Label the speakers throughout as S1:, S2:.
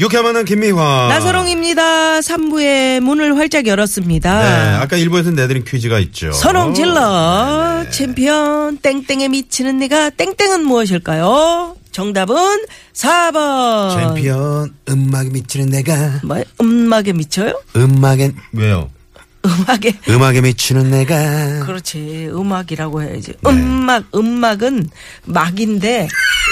S1: 유쾌만한 김미화.
S2: 나서롱입니다. 3부의 문을 활짝
S1: 네,
S2: 열었습니다.
S1: 아까 어. 네, 일부에서 내드린 퀴즈가 있죠.
S2: 선홍 질러 챔피언 땡땡에 미치는 네가 땡땡은 무엇일까요? 정답은 4번.
S1: 챔피언 음악에 미치는 내가
S2: 뭐 음악에 미쳐요?
S1: 음악엔 왜요?
S2: 음악에
S1: 음악에 미치는 내가
S2: 그렇죠. 그렇지 음악이라고 해야지.
S1: 네.
S2: 음악 음악은 막인데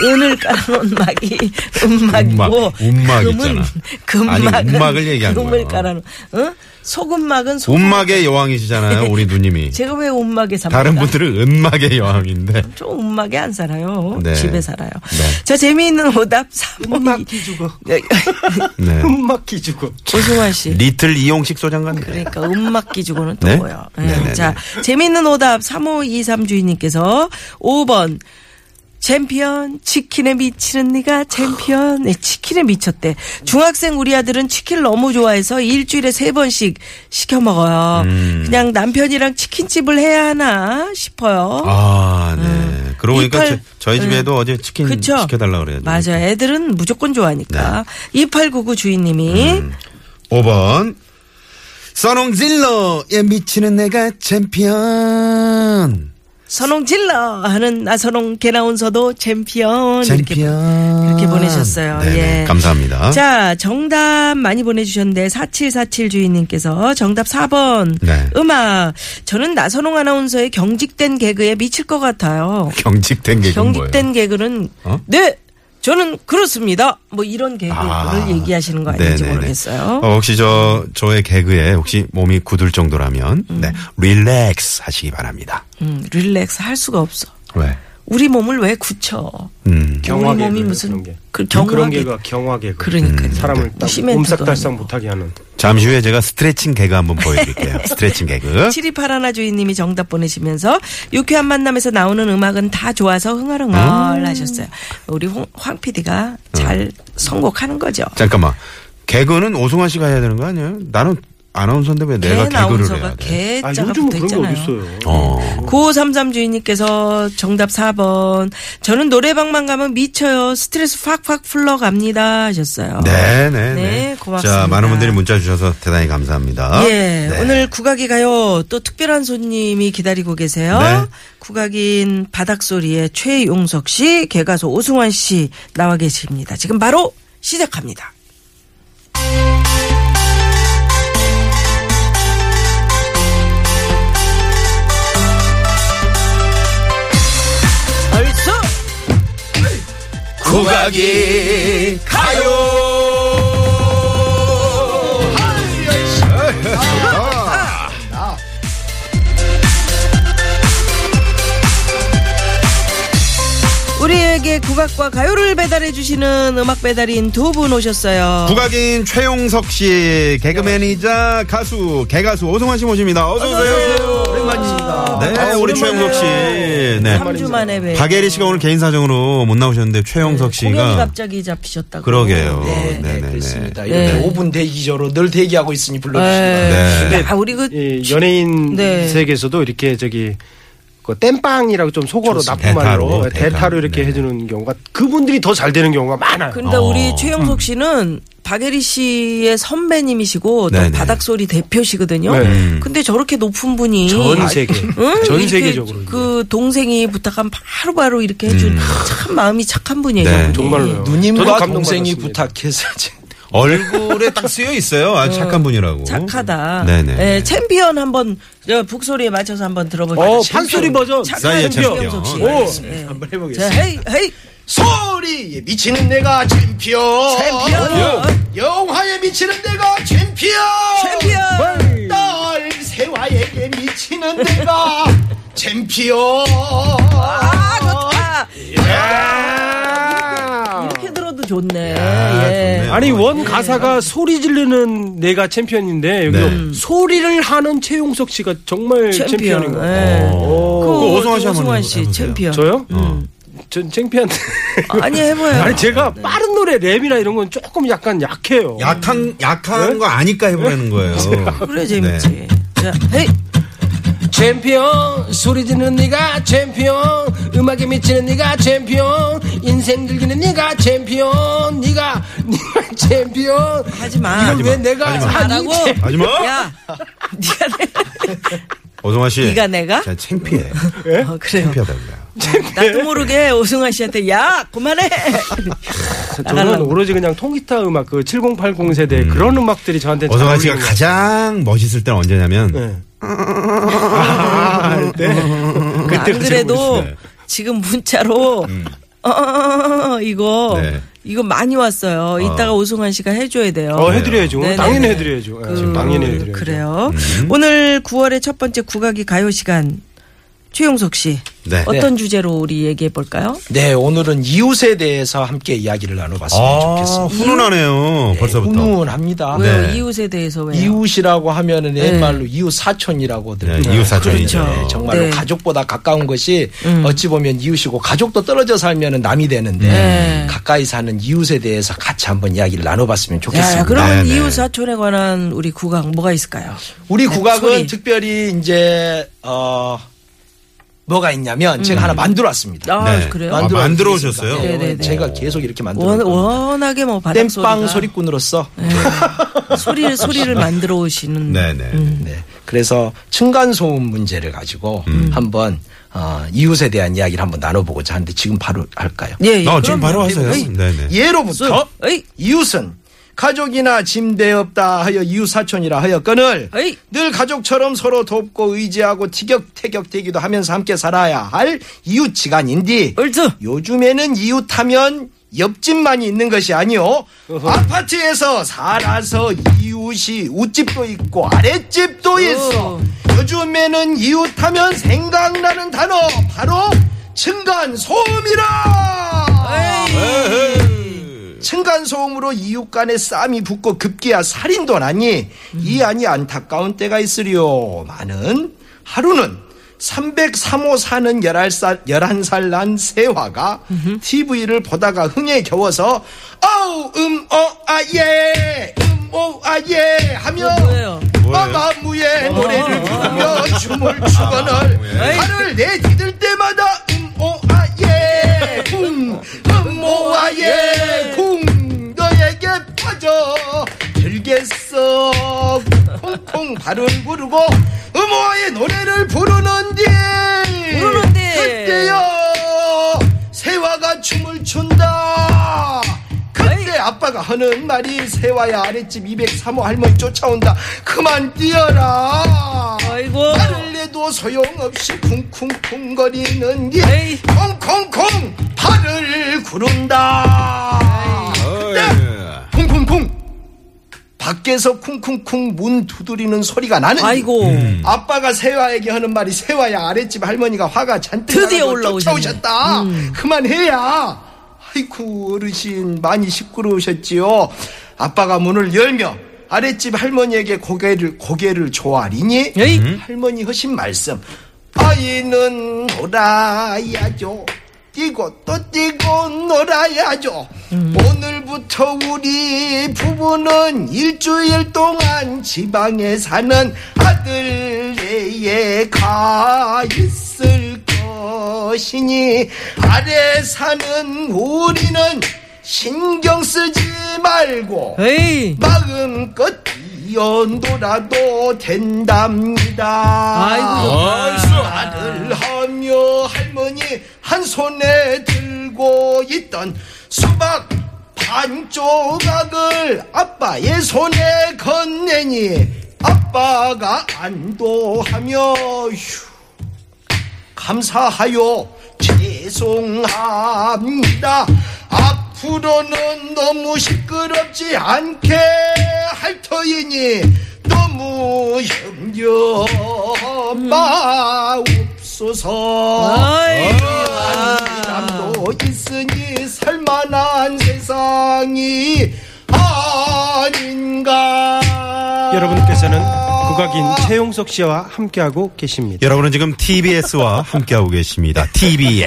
S2: 은을 깔아놓은 막이 음막이고
S1: 음막, 음막
S2: 금은
S1: 있잖아.
S2: 금막은
S1: 아니, 음막을 얘기한
S2: 금을
S1: 거예요.
S2: 깔아놓은 어? 소금막은 소금.
S1: 음악의 여왕이시잖아요, 우리 누님이.
S2: 제가 왜 음막에 삽니까?
S1: 다른 분들은 음악의 여왕인데.
S2: 좀 음막에 안 살아요.
S1: 네.
S2: 집에 살아요.
S1: 네.
S2: 자, 재미있는 오답 3번.
S3: 기주고
S1: 네.
S3: 음악 기주고
S2: 오승환 씨.
S1: 리틀 이용식 소장관.
S2: 그러니까 음악 기주고는 또
S1: 네?
S2: 뭐예요. 예.
S1: 네네네.
S2: 자, 재미있는 오답 3523 주인님께서 5번. 챔피언 치킨에 미치는 네가 챔피언 네, 치킨에 미쳤대 중학생 우리 아들은 치킨을 너무 좋아해서 일주일에 세 번씩 시켜 먹어요
S1: 음.
S2: 그냥 남편이랑 치킨집을 해야 하나 싶어요
S1: 아, 네. 그러고 보니까
S2: 음. 이팔-
S1: 저- 저희 집에도 어제 치킨
S2: 음. 그쵸?
S1: 시켜달라 그래요.
S2: 맞아요. 애들은 무조건 좋아하니까.
S1: 네.
S2: 2899 주인님이
S1: 음. 5번. 선홍질러에 미치는 내가 챔피언.
S2: 선홍 질러 하는 나선홍 개나운서도 챔피언, 이렇게
S1: 챔피언.
S2: 이렇게 보내셨어요.
S1: 네네.
S2: 예.
S1: 감사합니다.
S2: 자, 정답 많이 보내주셨는데, 4747 주인님께서 정답 4번.
S1: 네.
S2: 음악. 저는 나선홍 아나운서의 경직된 개그에 미칠 것 같아요.
S1: 경직된 게
S2: 경직된 개그는,
S1: 어?
S2: 네! 저는 그렇습니다. 뭐 이런 개그를
S1: 아.
S2: 얘기하시는 거 아닌지
S1: 네네네.
S2: 모르겠어요.
S1: 어, 혹시 저 저의 개그에 혹시 몸이 굳을 정도라면 네 릴렉스 하시기 바랍니다.
S2: 음, 릴렉스 할 수가 없어.
S1: 왜?
S2: 우리 몸을 왜 굳혀?
S1: 음.
S2: 우리 몸이
S3: 경화개그예요,
S2: 무슨
S3: 그런 게.
S2: 그
S3: 그런
S2: 경화기
S3: 게가 경화개그
S2: 그러니까요.
S3: 사람을 딱
S2: 시멘트도
S3: 옴삭달싹
S2: 아니고.
S3: 못하게 하는
S1: 잠시 후에 제가 스트레칭 개그 한번 보여드릴게요. 스트레칭 개그.
S2: 7281 주인님이 정답 보내시면서 유쾌한 만남에서 나오는 음악은 다 좋아서 흥얼흥얼
S3: 음.
S2: 하셨어요. 우리 홍, 황 PD가 잘 선곡하는 거죠.
S1: 잠깐만. 개그는 오승환 씨가 해야 되는 거 아니에요? 나는 아나운서인데 왜 내가
S2: 개
S1: 개그를 해야
S2: 나운서가
S1: 돼?
S3: 아
S2: 개자가
S3: 요즘은
S2: 붙어
S3: 그런 게
S2: 있잖아요.
S3: 어딨어요
S1: 어.
S2: 9533 주인님께서 정답 4번. 저는 노래방만 가면 미쳐요. 스트레스 팍팍 풀러갑니다. 하셨어요.
S1: 네네네.
S2: 네, 고맙습니다.
S1: 자 많은 분들이 문자 주셔서 대단히 감사합니다.
S2: 예,
S1: 네.
S2: 오늘 국악이 가요. 또 특별한 손님이 기다리고 계세요.
S1: 네.
S2: 국악인 바닥소리의 최용석 씨, 개가수 오승환 씨 나와 계십니다. 지금 바로 시작합니다. 얼쑤!
S1: 국악이 가요.
S2: 우리에게 국악과 가요를 배달해 주시는 음악 배달인 두 분 오셨어요.
S1: 국악인 최용석 씨, 개그맨이자 가수, 개가수 오승환 씨 모십니다. 어서 오세요.
S3: 오랜만이십니다
S1: 네,
S2: 아,
S1: 우리 최용석 씨. 네.
S2: 3주 만에 뵈.
S1: 박예리 씨가 오늘 개인 사정으로 못 나오셨는데 최용석
S2: 공연이
S1: 씨가
S2: 갑자기 잡히셨다고.
S1: 그러게요.
S2: 네.
S1: 네, 네,
S3: 그렇습니다 이렇게 5분 대기저로 늘 대기하고 있으니 불러주시다
S2: 네.
S1: 네.
S2: 야, 우리 그
S3: 이 연예인
S2: 네.
S3: 세계에서도 이렇게 저기 그 땜빵이라고 좀 속어로 나쁜
S1: 대타로,
S3: 말로 예,
S1: 대타로.
S3: 대타로, 이렇게
S1: 네.
S3: 해주는 경우가 그분들이 더 잘 되는 경우가 많아요.
S2: 근데
S1: 어.
S2: 우리 최영석 씨는 박예리 씨의 선배님이시고 또
S1: 네네.
S2: 바닥소리 대표시거든요.
S3: 네.
S1: 음.
S2: 근데 저렇게 높은 분이
S3: 전 세계,
S2: 응?
S3: 전
S2: 아, 음, 이렇게
S3: 세계적으로
S2: 그 동생이 부탁하면 바로바로 이렇게 해준 참 마음이 착한 분이에요. 음,
S1: 네.
S2: 분이.
S3: 정말로요. 저도
S4: 누님과
S3: 감동받았습니다.
S4: 동생이 부탁해서 지금
S1: 얼굴에 딱 쓰여 있어요. 아주 착한 분이라고.
S2: 착하다.
S1: 네네.
S2: 예, 챔피언 한번 저 북소리에 맞춰서 한번 들어볼까요?
S3: 어, 판소리 버전.
S1: 사이의
S2: 착한
S1: 챔피언.
S2: 최영석 씨.
S3: 오,
S2: 네.
S3: 한번
S2: 자,
S3: 해보겠습니다.
S2: 헤이 헤이
S4: 소리에 미치는 내가 챔피언
S2: 챔피언
S4: 영화에 미치는 내가 챔피언
S3: 어,
S2: 챔피언
S3: 네.
S4: 딸 세화에게 미치는 내가 챔피언
S2: 아 좋다. 이렇게 들어도 좋네. 예.
S1: 네.
S3: 어. 아니 원 가사가 소리 지르는 내가 챔피언인데 여기
S1: 네.
S3: 소리를 하는 최용석 씨가 정말
S2: 챔피언.
S3: 챔피언인 것 같아요.
S2: 예.
S1: 어.
S2: 그
S1: 그거 오성환 씨 한번
S2: 오성환 씨
S1: 해보세요.
S2: 챔피언.
S3: 저요? 전 챔피언.
S2: 아니 해봐요.
S3: 네. 아니 제가 빠른 노래 랩이나 이런 건 조금 약간
S2: 네.
S3: 약해요.
S1: 약한 약한 거 아니까 해보라는 거예요.
S2: 그래 재밌지.
S1: 네.
S2: 자, 헤이.
S3: 챔피언 소리 지르는 네가 챔피언 음악에 미치는 네가 챔피언 인생 즐기는 네가 챔피언 네가 네가 챔피언
S2: 하지 마.
S3: 이걸 왜 내가
S2: 하라고.
S1: 하지마.
S2: 야,
S1: 오성환 씨.
S2: 네가 내가?
S1: 진짜 창피해.
S2: 어, 그래요.
S1: 창피하다고요.
S2: 나도 모르게 오승환 씨한테 야 그만해.
S3: 음, 저는 오로지 그냥 통기타 음악 그 7080 세대 그런 음악들이 뭐. 네. 저한테
S1: 오성환 씨가 가장 멋있을 때는 언제냐면 아, 네.
S2: 안 그래도
S3: 네.
S2: 지금 문자로
S3: 음.
S2: 어, 이거
S1: 네.
S2: 이거 많이 왔어요. 이따가 오승환 씨가 해줘야 돼요.
S3: 어 해드려야죠
S2: 네네.
S3: 당연히 해드려야죠 예,
S2: 그,
S3: 당연히 해드려야죠 음.
S2: 그래요. 오늘 9월의 첫 번째 국악이 가요 시간 최용석 씨
S1: 네.
S2: 어떤 주제로 우리 얘기해 볼까요?
S4: 네, 오늘은 이웃에 대해서 함께 이야기를 나눠봤으면
S1: 아,
S4: 좋겠습니다.
S1: 훈훈하네요. 벌써부터.
S4: 훈훈합니다.
S2: 왜요?
S1: 네.
S2: 이웃에 대해서 왜요?
S4: 이웃이라고 하면은
S2: 네.
S4: 옛말로 이웃 사촌이라고들.
S1: 네, 이웃 사촌이죠.
S4: 네, 정말로
S2: 네. 음.
S4: 가족보다 가까운 것이 어찌 보면 이웃이고 가족도 떨어져 살면은 남이 되는데
S2: 네.
S4: 가까이 사는 이웃에 대해서 같이 한번 이야기를 나눠봤으면 좋겠습니다.
S2: 야, 그러면
S1: 네, 네.
S2: 이웃 사촌에 관한 우리 국악 뭐가 있을까요?
S4: 우리
S2: 네,
S4: 국악은
S2: 소리.
S4: 특별히 이제 어 뭐가 있냐면 제가 하나 만들어 왔습니다.
S2: 음. 아
S1: 네.
S2: 그래요?
S1: 아, 만들어 오셨어요?
S2: 네, 네, 네.
S4: 제가 계속 이렇게
S2: 원,
S4: 만들어. 요
S2: 워낙에 뭐 바닥
S4: 땜빵
S2: 소리가 네.
S4: 소리꾼으로서
S2: 소리를 소리를 만들어 오시는
S1: 네. 네네.
S4: 네. 그래서 층간 소음 문제를 가지고
S1: 음.
S4: 한번 어, 이웃에 대한 이야기를 한번 나눠보고자 하는데 지금 바로 할까요?
S2: 예, 예.
S1: 어, 지금
S2: 그럼
S1: 바로 하세요.
S2: 에이,
S1: 네네.
S4: 예로부터
S2: 에이.
S4: 이웃은 가족이나 짐대 없다 하여 이웃 사촌이라 하여건을
S2: 에이.
S4: 늘 가족처럼 서로 돕고 의지하고 티격태격 대기도 하면서 함께 살아야 할 이웃 지간인디
S2: 옳죠.
S4: 요즘에는 이웃하면 옆집만이 있는 것이 아니오 아파트에서 살아서 이웃이 웃집도 있고 아랫집도 있어 요즘에는 이웃하면 생각나는 단어 바로 층간소음이라 층간소음으로 이웃 간에 쌈이 붙고 급기야 살인도 나니 이 안이 안타까운 때가 있으리요. 많은 하루는 303호 사는 11살, 11살 난 세화가 TV를 보다가 흥에 겨워서 아우 음 어 아예 음 오 아예 하며 어,
S2: 뭐예요? 어.
S4: 마마무의 노래를 부르며 춤을
S2: 아,
S4: 추거늘 발을 내디딜 때마다 음, 아, 음오아예 쿵 음오아예 쿵 너에게 빠져 들겠어 콩콩 발을 부르고 음오아예 노래를 부르는디
S2: 부르는디.
S4: 그때요 세화가 춤을 춘다 그때 아빠가 하는 말이 세화야 아랫집 203호 할머니 쫓아온다 그만 뛰어라
S2: 아이고.
S4: 말을 해도 소용없이 쿵쿵쿵거리는 게
S2: 에이.
S4: 콩콩콩 발을 구른다 네.
S1: 어이.
S4: 쿵쿵쿵 밖에서 쿵쿵쿵 문 두드리는 소리가 나는
S2: 아이고.
S1: 음.
S4: 아빠가 세화에게 하는 말이 세화야 아랫집 할머니가 화가 잔뜩
S2: 드디어
S4: 나는 걸
S2: 올라오셨네. 음.
S4: 쫓아오셨다 그만해야 아이쿠 어르신 많이 시끄러우셨지요 아빠가 문을 열며 아랫집 할머니에게 고개를 고개를 조아리니
S2: 에이.
S4: 할머니 하신 말씀 아이는 놀아야죠 뛰고 또 뛰고 놀아야죠 오늘부터 우리 부부는 일주일 동안 지방에 사는 아들네에 가 있을 것이니 아래 사는 우리는 신경 쓰지 말고
S2: 에이.
S4: 마음껏 뛰어놀아도 된답니다.
S2: 아이고,
S4: 말을 하며 할머니 한 손에 들고 있던 수박 반 조각을 아빠의 손에 건네니 아빠가 안도하며 휴. 감사하요 죄송합니다 앞으로는 너무 시끄럽지 않게 할 터이니 너무 염려마옵소서
S2: 음.
S1: 어?
S2: 아이.
S4: 사람도 있으니 살만한 세상이
S3: 여러분께서는 국악인 최용석 씨와 함께하고 계십니다.
S1: 여러분은 지금 TBS와 함께하고 계십니다. TBS.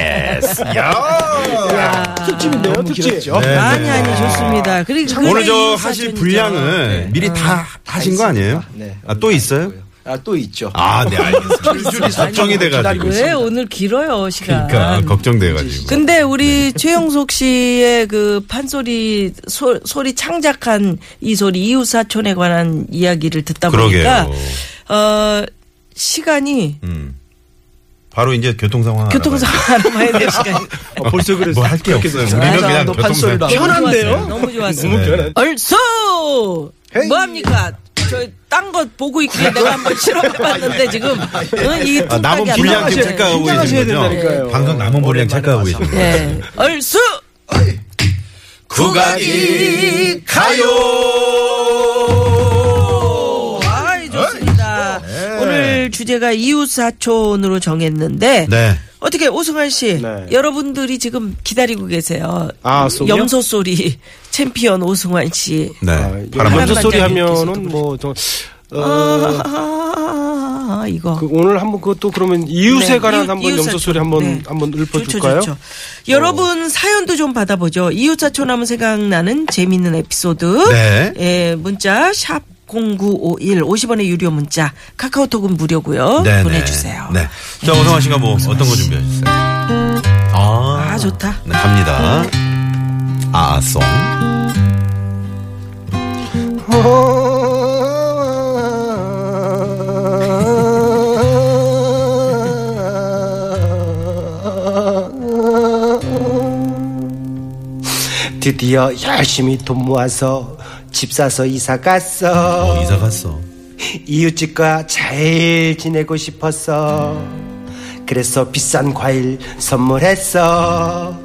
S4: 특집인데요, 특집.
S1: 네, 네.
S2: 아니 아니 좋습니다. 그리고
S1: 오늘
S2: 그게
S1: 저
S2: 인사
S1: 하실
S2: 전이죠.
S1: 분량을 미리 다 하신 거 아니에요?
S4: 네.
S1: 아, 또 있어요?
S4: 아, 또 있죠.
S1: 아, 네, 알겠습니다. 줄줄이 걱정이 돼가지고.
S2: 왜 오늘 길어요 시간?
S1: 그러니까 걱정돼가지고.
S2: 근데 우리 최영석 씨의 그 판소리 소, 소리 창작한 이 소리 이웃사촌에 관한 이야기를 듣다 보니까
S1: 그러게요.
S2: 어 시간이
S1: 음. 바로 이제 교통 상황.
S2: 교통상 알아봐야 될 아, 네. 시간이
S1: 어, 벌써 그래서 할 게 없어요. 우리는
S4: 아,
S1: 그냥
S4: 너
S1: 교통
S4: 판소리라.
S1: 상황.
S2: 편한데요? 너무
S3: 뭐
S2: 좋았어요.
S1: 네.
S2: 얼쏘 뭐합니까? 저 딴 거 보고 있길래 내가 한번 실험해봤는데 지금 응, 이
S1: 아, 남은
S2: 뚝딱이 안
S1: 분량 지금
S2: 나와서.
S1: 착각하고 계신 거죠? 방송 남은 분량 착각하고 계신 거죠?
S2: 네. 얼쑤
S1: 국악이 가요.
S2: 아이 좋습니다. 오늘 주제가 이웃사촌으로 정했는데
S1: 네.
S2: 어떻게 오승환 씨
S3: 네.
S2: 여러분들이 지금 기다리고 계세요.
S3: 아, 속이요?
S2: 염소 소리 챔피언 오승환 씨.
S1: 네.
S3: 아,
S1: 바람
S2: 염소-
S3: 먼저 소리 하면은
S2: 반장님께서도
S3: 뭐 저, 어,
S2: 아, 아, 아, 아, 이거.
S3: 그 오늘 한번 그것도 그러면 이웃에
S2: 네,
S3: 관한
S2: 이웃-
S3: 한번
S2: 이웃사촌.
S3: 염소 소리 한번
S2: 네.
S3: 한번
S2: 좋죠,
S3: 읊어줄까요? 어.
S2: 좋죠. 여러분 사연도 좀 받아보죠. 이웃사촌 하면 생각나는 재미있는 에피소드.
S1: 네.
S2: 예, 문자 샵 0951, 50원의 유료 문자. 카카오톡은 무료고요.
S1: 네, 네.
S2: 보내주세요. 음.
S1: 네. 자, 오성환 씨가 뭐 어떤 거 준비하셨어요? 아,
S2: 아, 좋다.
S1: 네, 갑니다. 아송.
S3: 드디어 열심히 돈 모아서 집 사서 이사 갔어.
S1: 어, 이사 갔어.
S3: 이웃집과 잘 지내고 싶었어. 그래서 비싼 과일 선물했어.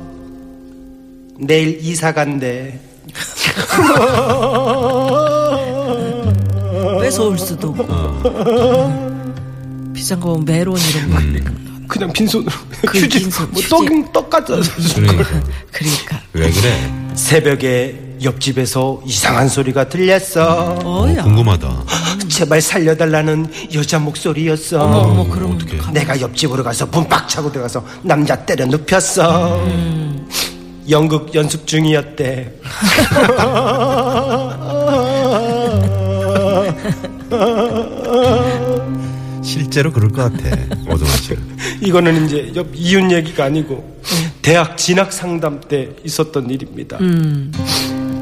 S3: 내일 이사 간대.
S2: 뺏어올 수도 없고.
S3: 어.
S2: 비싼 거 보면 메론 이런 거.
S3: 음. 그냥 빈손으로
S2: 그
S3: 휴지
S2: 빈손,
S3: 뭐
S2: 휴지.
S3: 떡인 떡 같아.
S1: 그러니까.
S2: 그러니까.
S1: 왜 그래?
S3: 새벽에 옆집에서 이상한 소리가 들렸어.
S2: 어야.
S1: 궁금하다.
S3: 제발 살려달라는 여자 목소리였어.
S2: 어머, 어머, 그럼.
S1: 어떡해.
S2: 가만-
S3: 내가 옆집으로 가서 문 빡 차고 들어가서 남자 때려 눕혔어. 연극 연습 중이었대.
S1: 실제로 그럴 것 같아. 오성환 씨가.
S3: 이거는 이제 옆 이웃 얘기가 아니고 대학 진학 상담 때 있었던 일입니다.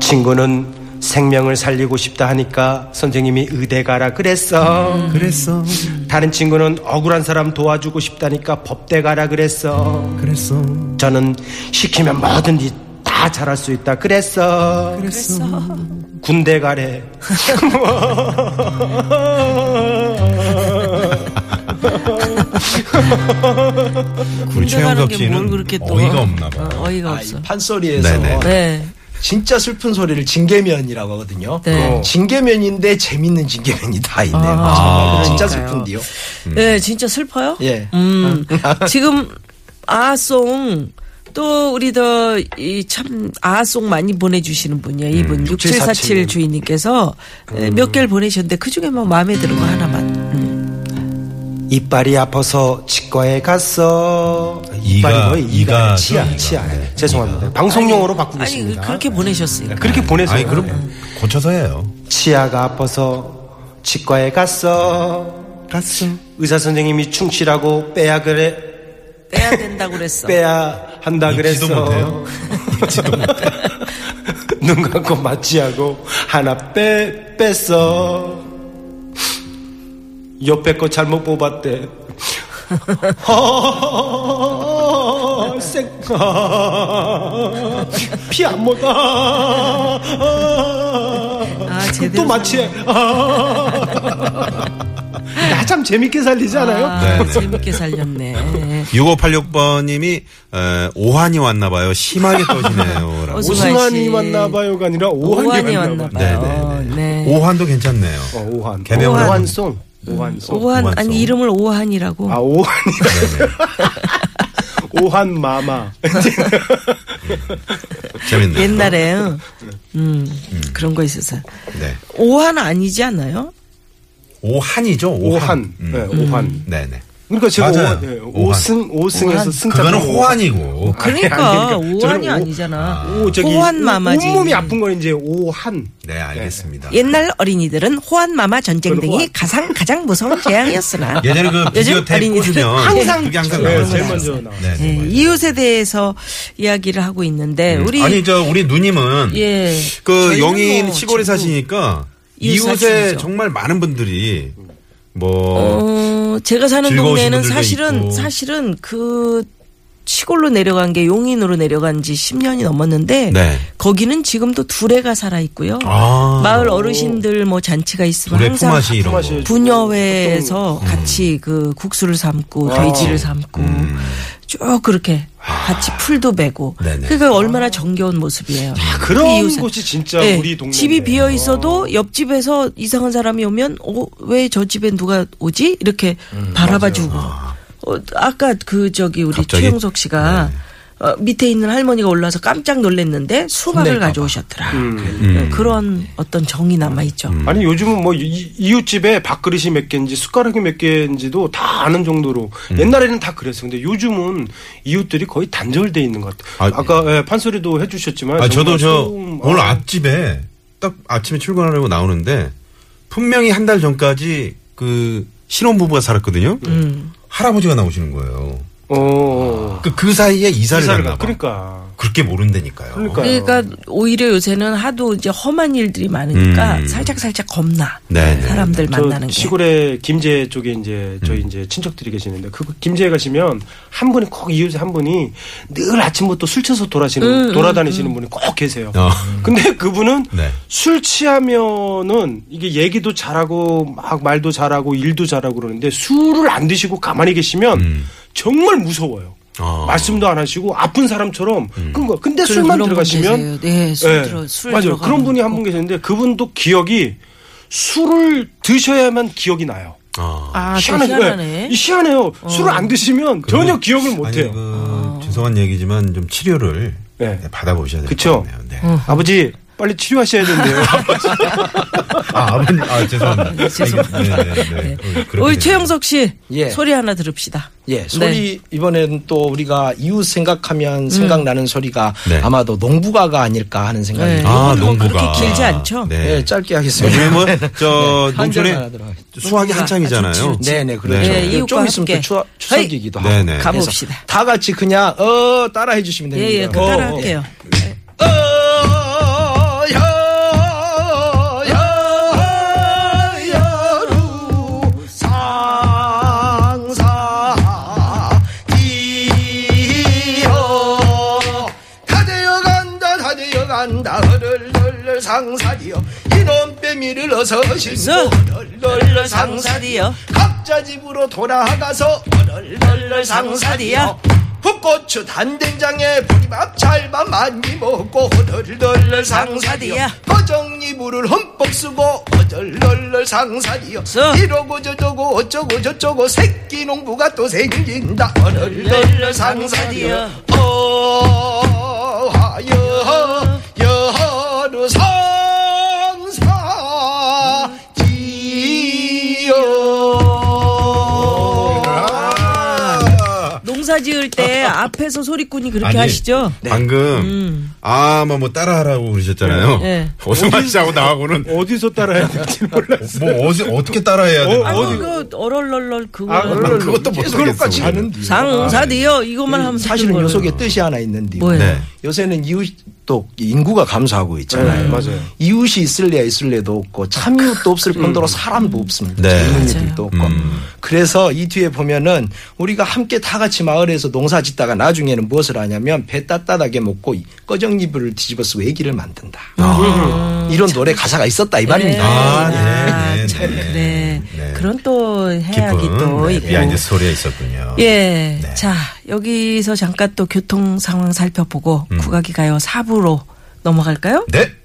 S3: 친구는 생명을 살리고 싶다 하니까 선생님이 의대 가라 그랬어.
S1: 그랬어.
S3: 다른 친구는 억울한 사람 도와주고 싶다니까 법대 가라 그랬어.
S1: 그랬어.
S3: 저는 시키면 뭐든지 다 잘할 수 있다 그랬어.
S2: 그랬어.
S3: 군대 가래.
S1: 우리
S2: 군대
S1: 최영석
S2: 가는 게 뭘
S1: 씨는
S2: 그렇게 또.
S1: 어이가 없나 봐.
S2: 어, 어이가
S4: 아, 이
S2: 없어.
S4: 판소리에서
S1: 네네.
S2: 네.
S4: 진짜 슬픈 소리를 징계면이라고 하거든요.
S2: 네.
S4: 어. 징계면인데 재밌는 징계면이 다 있네요. 정말 진짜 슬픈데요.
S2: 네, 진짜 슬퍼요?
S4: 예.
S2: 음, 지금 아송 또 우리 더 이 참 아송 많이 보내주시는 분이야
S3: 음,
S2: 이분 6747 주인님께서
S3: 그
S2: 에, 몇 개를 보내셨는데 그 중에 뭐 마음에 드는 거 하나만 음.
S3: 이빨이 아파서 치과에 갔어.
S1: 이가,
S3: 이빨이 뭐예요?
S1: 이가,
S3: 치아,
S1: 이가.
S3: 치아.
S1: 네,
S3: 죄송합니다. 방송용으로 바꾸겠습니다.
S2: 아니 그렇게 보내셨으니까
S3: 네. 그렇게 보내세요.
S1: 아니, 그럼 고쳐서 해요.
S3: 치아가 아파서 치과에 갔어.
S1: 갔어.
S3: 의사 선생님이 충실하고 빼야 그래
S2: 빼야 된다고 그랬어
S3: 빼야 한다
S1: 읽지도
S3: 그랬어.
S1: 못해요?
S3: 눈 감고 마취하고 하나 빼 뺐어. 옆에 거 잘못 뽑았대. 허허허허허허 생각 피안 먹어.
S2: 아 제대로
S3: 그 또 마취해. 나참 재밌게 살리지 않아요?
S2: 아,
S1: 네.
S2: 재밌게 살렸네
S1: 6586번님이 오한이 왔나봐요. 심하게 떠지네요. 라고.
S2: 오승환
S3: 오승환이
S2: 씨.
S3: 왔나봐요가 아니라 오한이
S2: 오한이
S3: 왔나봐요.
S2: 왔나봐요 네
S1: 오한도 괜찮네요.
S3: 어, 오한.
S1: 개명을
S3: 오한.
S1: 하는-
S3: 오한송.
S1: 어,
S3: 오한송.
S2: 오한
S1: 오한송.
S2: 아니 이름을 오한이라고
S3: 아, 오한이. 오한 마마.
S1: 재밌네요.
S2: 옛날에 음, 그런 거 있어서
S1: 네.
S2: 오한 아니지 않아요?
S1: 오한이죠.
S3: 오한.
S1: 오한. 음.
S3: 네, 오한.
S1: 네네.
S3: 그러니까 제가
S1: 맞아요.
S3: 오한, 예,
S1: 오한.
S3: 오승 오승에서
S2: 오한.
S3: 승자.
S1: 그거는 호환이고.
S3: 아니,
S2: 그러니까
S3: 그러니까
S2: 오한이
S3: 저는 오-
S2: 아니잖아.
S3: 오 저기
S2: 호환 마마지.
S3: 온몸이 아픈 건 이제 오한.
S1: 네 알겠습니다.
S2: 옛날 어린이들은 호환 마마 전쟁
S3: 그리고
S2: 등이
S3: 호환.
S2: 가장 가장 무서운 재앙이었으나
S1: 예전에 그 비디오
S2: 요즘
S1: 테이프
S2: 어린이들은
S1: 꽂으면
S2: 항상
S1: 그게 항상
S3: 네,
S1: 나와요.
S3: 제일 먼저 나와.
S1: 네,
S2: 예,
S1: 네, 맞아요.
S2: 이웃에 대해서 이야기를 하고 있는데 예, 우리
S1: 아니 저 우리 누님은
S2: 예.
S1: 그
S2: 저희는
S1: 영인
S2: 뭐
S1: 시골에
S2: 지금
S1: 사시니까
S2: 이웃
S1: 이웃에
S2: 사시죠.
S1: 정말 많은 분들이 뭐
S2: 어, 제가 사는
S1: 즐거우신
S2: 동네는
S1: 분들도
S2: 사실은
S1: 있고.
S2: 사실은 그 시골로 내려간 게 용인으로 내려간 지 10년이 넘었는데
S1: 네.
S2: 거기는 지금도 두레가 살아 있고요.
S1: 아.
S2: 마을 어르신들 뭐 잔치가 있으면
S1: 불의
S2: 항상
S1: 품앗이 이런 음. 거.
S3: 품앗이.
S2: 부녀회에서 같이 그 국수를 삶고
S1: 아.
S2: 돼지를 삶고 쭉 그렇게 같이 풀도 베고
S1: 음. 아. 네네. 음.
S2: 그러니까 얼마나 정겨운 모습이에요.
S3: 그런
S2: 이웃은.
S3: 곳이 진짜
S2: 예,
S3: 우리 동네.
S2: 집이 비어 있어도 옆집에서 이상한 사람이 오면 어왜 저 집에 누가 오지 이렇게 바라봐주고 어, 아까 그 저기 우리
S1: 갑자기?
S2: 최영석 씨가 어, 밑에 있는 할머니가 올라와서 깜짝 놀랐는데 수박을 가져오셨더라 음. 네, 그런 어떤 정이 남아 있죠.
S3: 아니 요즘은 뭐 이, 웃집에 밥그릇이 몇 개인지 숟가락이 몇 개인지도 다 아는 정도로
S1: 음.
S3: 옛날에는 다 그랬어. 근데 요즘은 이웃들이 거의 단절돼 있는 것 같아요.
S1: 아,
S3: 아, 까 판소리도 해주셨지만
S1: 아, 저도
S3: 정말
S1: 저
S3: 소음,
S1: 오늘
S3: 아,
S1: 앞집에 딱 아침에 출근하려고 나오는데 분명히 한 달 전까지 그 신혼부부가 살았거든요.
S2: 음.
S1: 할아버지가 나오시는 거예요.
S3: 어, 어, 어.
S1: 그, 그 사이에 이사를,
S3: 이사를 가.
S1: 갔나 봐.
S3: 그러니까.
S1: 그렇게 모른다니까요.
S3: 그러니까.
S2: 그러니까 오히려 요새는 하도 이제 험한 일들이 많으니까
S1: 음.
S2: 살짝 살짝 겁나
S1: 네네.
S2: 사람들 만나는 게.
S3: 시골에 김제 쪽에 이제 저희
S1: 음.
S3: 이제 친척들이 계시는데 그 김제에 가시면 한 분이 꼭 이웃에 한 분이 늘 아침부터 술 취해서
S2: 음,
S3: 돌아시는 돌아다니시는 분이 꼭 계세요.
S1: 어.
S3: 근데 그분은
S1: 네.
S3: 술 취하면은 이게 얘기도 잘하고 막 말도 잘하고 일도 잘하고 그러는데 술을 안 드시고 가만히 계시면
S1: 음.
S3: 정말 무서워요.
S1: 아.
S3: 말씀도 안 하시고 아픈 사람처럼
S1: 음.
S3: 그런 거. 근데
S2: 그런-
S3: 술만
S2: 그런 분
S3: 들어가시면
S2: 계세요. 네, 술
S3: 예.
S2: 들어 술
S3: 맞아요.
S2: 들어가는
S3: 그런 분이 한
S2: 거.
S3: 분 계셨는데 그분도 기억이 술을 드셔야만 기억이 나요.
S1: 아.
S2: 아, 또
S3: 희한해.
S2: 희한하네.
S3: 예.
S2: 어.
S3: 희한해요. 술을 안 드시면 전혀 기억을 못
S1: 아니,
S3: 해요.
S1: 그 죄송한 얘기지만 좀 치료를
S3: 네.
S1: 네, 받아보셔야 될
S3: 그쵸? 음.
S1: 것 같네요. 네.
S3: 아버지 빨리 치료하셔야 된대요.
S1: 아, 아버님, 아, 죄송합니다.
S2: 죄송합니다.
S1: 네, 네, 네. 어, 그렇게
S2: 우리
S1: 되네요.
S2: 최영석 씨
S4: 예.
S2: 소리 하나 들읍시다.
S4: 예, 소리 이번에는 또 우리가 이웃 생각하면 생각나는 소리가
S1: 네.
S4: 아마도 농부가가 아닐까 하는 생각이
S2: 네.
S4: 듭니다.
S1: 아,
S2: 이건 뭐
S1: 농부가.
S2: 그렇게 길지 않죠?
S1: 네.
S4: 예, 짧게 하겠습니다.
S1: 요즘에 뭐, 저,
S4: 한
S1: 농촌에
S4: 장만 하도록 하겠습니다.
S1: 수학이
S2: 농부가 아주
S1: 한창이잖아요.
S2: 질-
S4: 네, 네, 그렇죠.
S1: 네.
S2: 예, 이웃과
S4: 좀 있으면
S2: 함께.
S4: 또 추, 추석이기도 하고.
S1: 네네.
S4: 그래서
S2: 가봅시다.
S4: 다 같이 그냥 어 따라 해주시면 됩니다.
S1: 네.
S2: 예예, 그
S4: 어,
S2: 따라
S4: 어.
S2: 할게요.
S4: 어, 여, 여, 여루 상사 이여 다 되어간다 다 되어간다 널널 상사리여 이놈 빼미를 어서 실수 널널 상사리여 각자 집으로 돌아가서 널널 상사리여 풋고추 단된장에 보리밥 찰밥 많이 먹고 널널 상사리여 거정이불을 흠뻑 쓰고 널널 상사리여
S2: 써.
S4: 이러고 저저고 어쩌고 저쩌고 새끼 농부가 또 생긴다 널널 네, 상사리여 어, 어하여 여루 상사지여
S2: 농사 지을 때 앞에서 소리꾼이 그렇게
S1: 아, 아니, 네.
S2: 하시죠?
S1: 방금 아, 뭐, 뭐 따라하라고 그러셨잖아요.
S2: 음. 네.
S1: 오승환 씨하고 나하고는
S3: 어디서 따라야 될지 몰랐어.
S1: 뭐 어디, 어떻게 따라해야 되는
S2: 아,
S1: 거야?
S2: 그 얼얼얼얼 그거
S1: 난 그것도 못
S4: 계속
S1: 하겠어.
S4: 똑같이
S1: 우리는.
S2: 상사디요 이것만
S1: 그
S2: 하면
S4: 사실은 요 속에 뜻이 하나 있는데
S2: 뭐예요?
S1: 네.
S4: 요새는 이웃도 인구가 감소하고 있잖아요.
S3: 네, 맞아요.
S4: 이웃이 있을래야 있을래도 없고 참이웃도 없을 뿐더러 사람도 없습니다.
S1: 음. 네.
S4: 젊은 이들도 없고.
S1: 음.
S4: 그래서 이 뒤에 보면은 우리가 함께 다 같이 마을에서 농사 짓다가 나중에는 무엇을 하냐면 배 따따닥에 먹고 꺼정이불을 뒤집어 쓰고 애기를 만든다. 이런 노래 가사가 있었다 이 말입니다.
S1: 아,
S2: 아,
S1: 네,
S2: 참,
S1: 네, 네.
S2: 그래.
S1: 네.
S2: 그런 또 해악이
S1: 깊은
S2: 또
S1: 네,
S2: 있고.
S1: 비하인드 스토리가 있었군요.
S2: 예.
S1: 네.
S2: 자,
S1: 음.
S2: 여기서 잠깐 또 교통 상황 살펴보고 국악이 가요 4부로 넘어갈까요?
S1: 네.